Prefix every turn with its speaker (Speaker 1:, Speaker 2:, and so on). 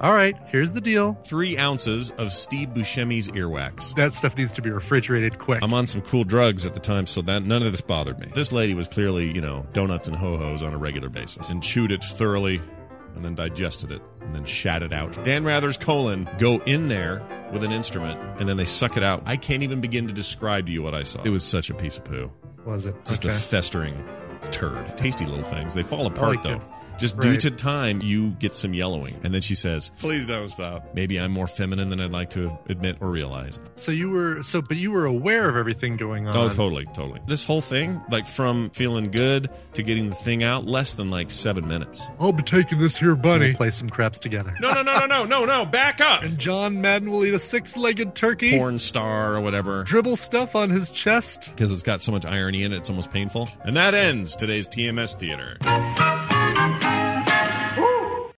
Speaker 1: All right, here's the deal.
Speaker 2: Three ounces of Steve Buscemi's earwax.
Speaker 1: That stuff needs to be refrigerated quick.
Speaker 2: I'm on some cool drugs at the time, so that none of this bothered me. This lady was clearly, you know, donuts and ho hos on a regular basis, and chewed it thoroughly, and then digested it, and then shat it out. Dan Rather's colon go in there with an instrument, and then they suck it out. I can't even begin to describe to you what I saw. It was such a piece of poo,
Speaker 1: was it?
Speaker 2: just
Speaker 1: Okay.
Speaker 2: a festering turd. Tasty little things. They fall
Speaker 1: like
Speaker 2: apart though.
Speaker 1: it.
Speaker 2: Just due
Speaker 1: Right.
Speaker 2: to time, you get some yellowing. And then she says, Please don't stop. Maybe I'm more feminine than I'd like to admit or realize.
Speaker 1: so you were so, but you were aware of everything going on.
Speaker 2: Oh, totally, totally. This whole thing, like from feeling good to getting the thing out, less than like seven minutes.
Speaker 1: I'll be taking this here, bunny. Play some craps together.
Speaker 2: No, no, no, no, no, no, no. Back up.
Speaker 1: And John Madden will eat a six-legged turkey.
Speaker 2: Porn star or whatever.
Speaker 1: Dribble stuff on his chest.
Speaker 2: Because it's got so much irony in it, it's almost painful. And that ends today's TMS Theater.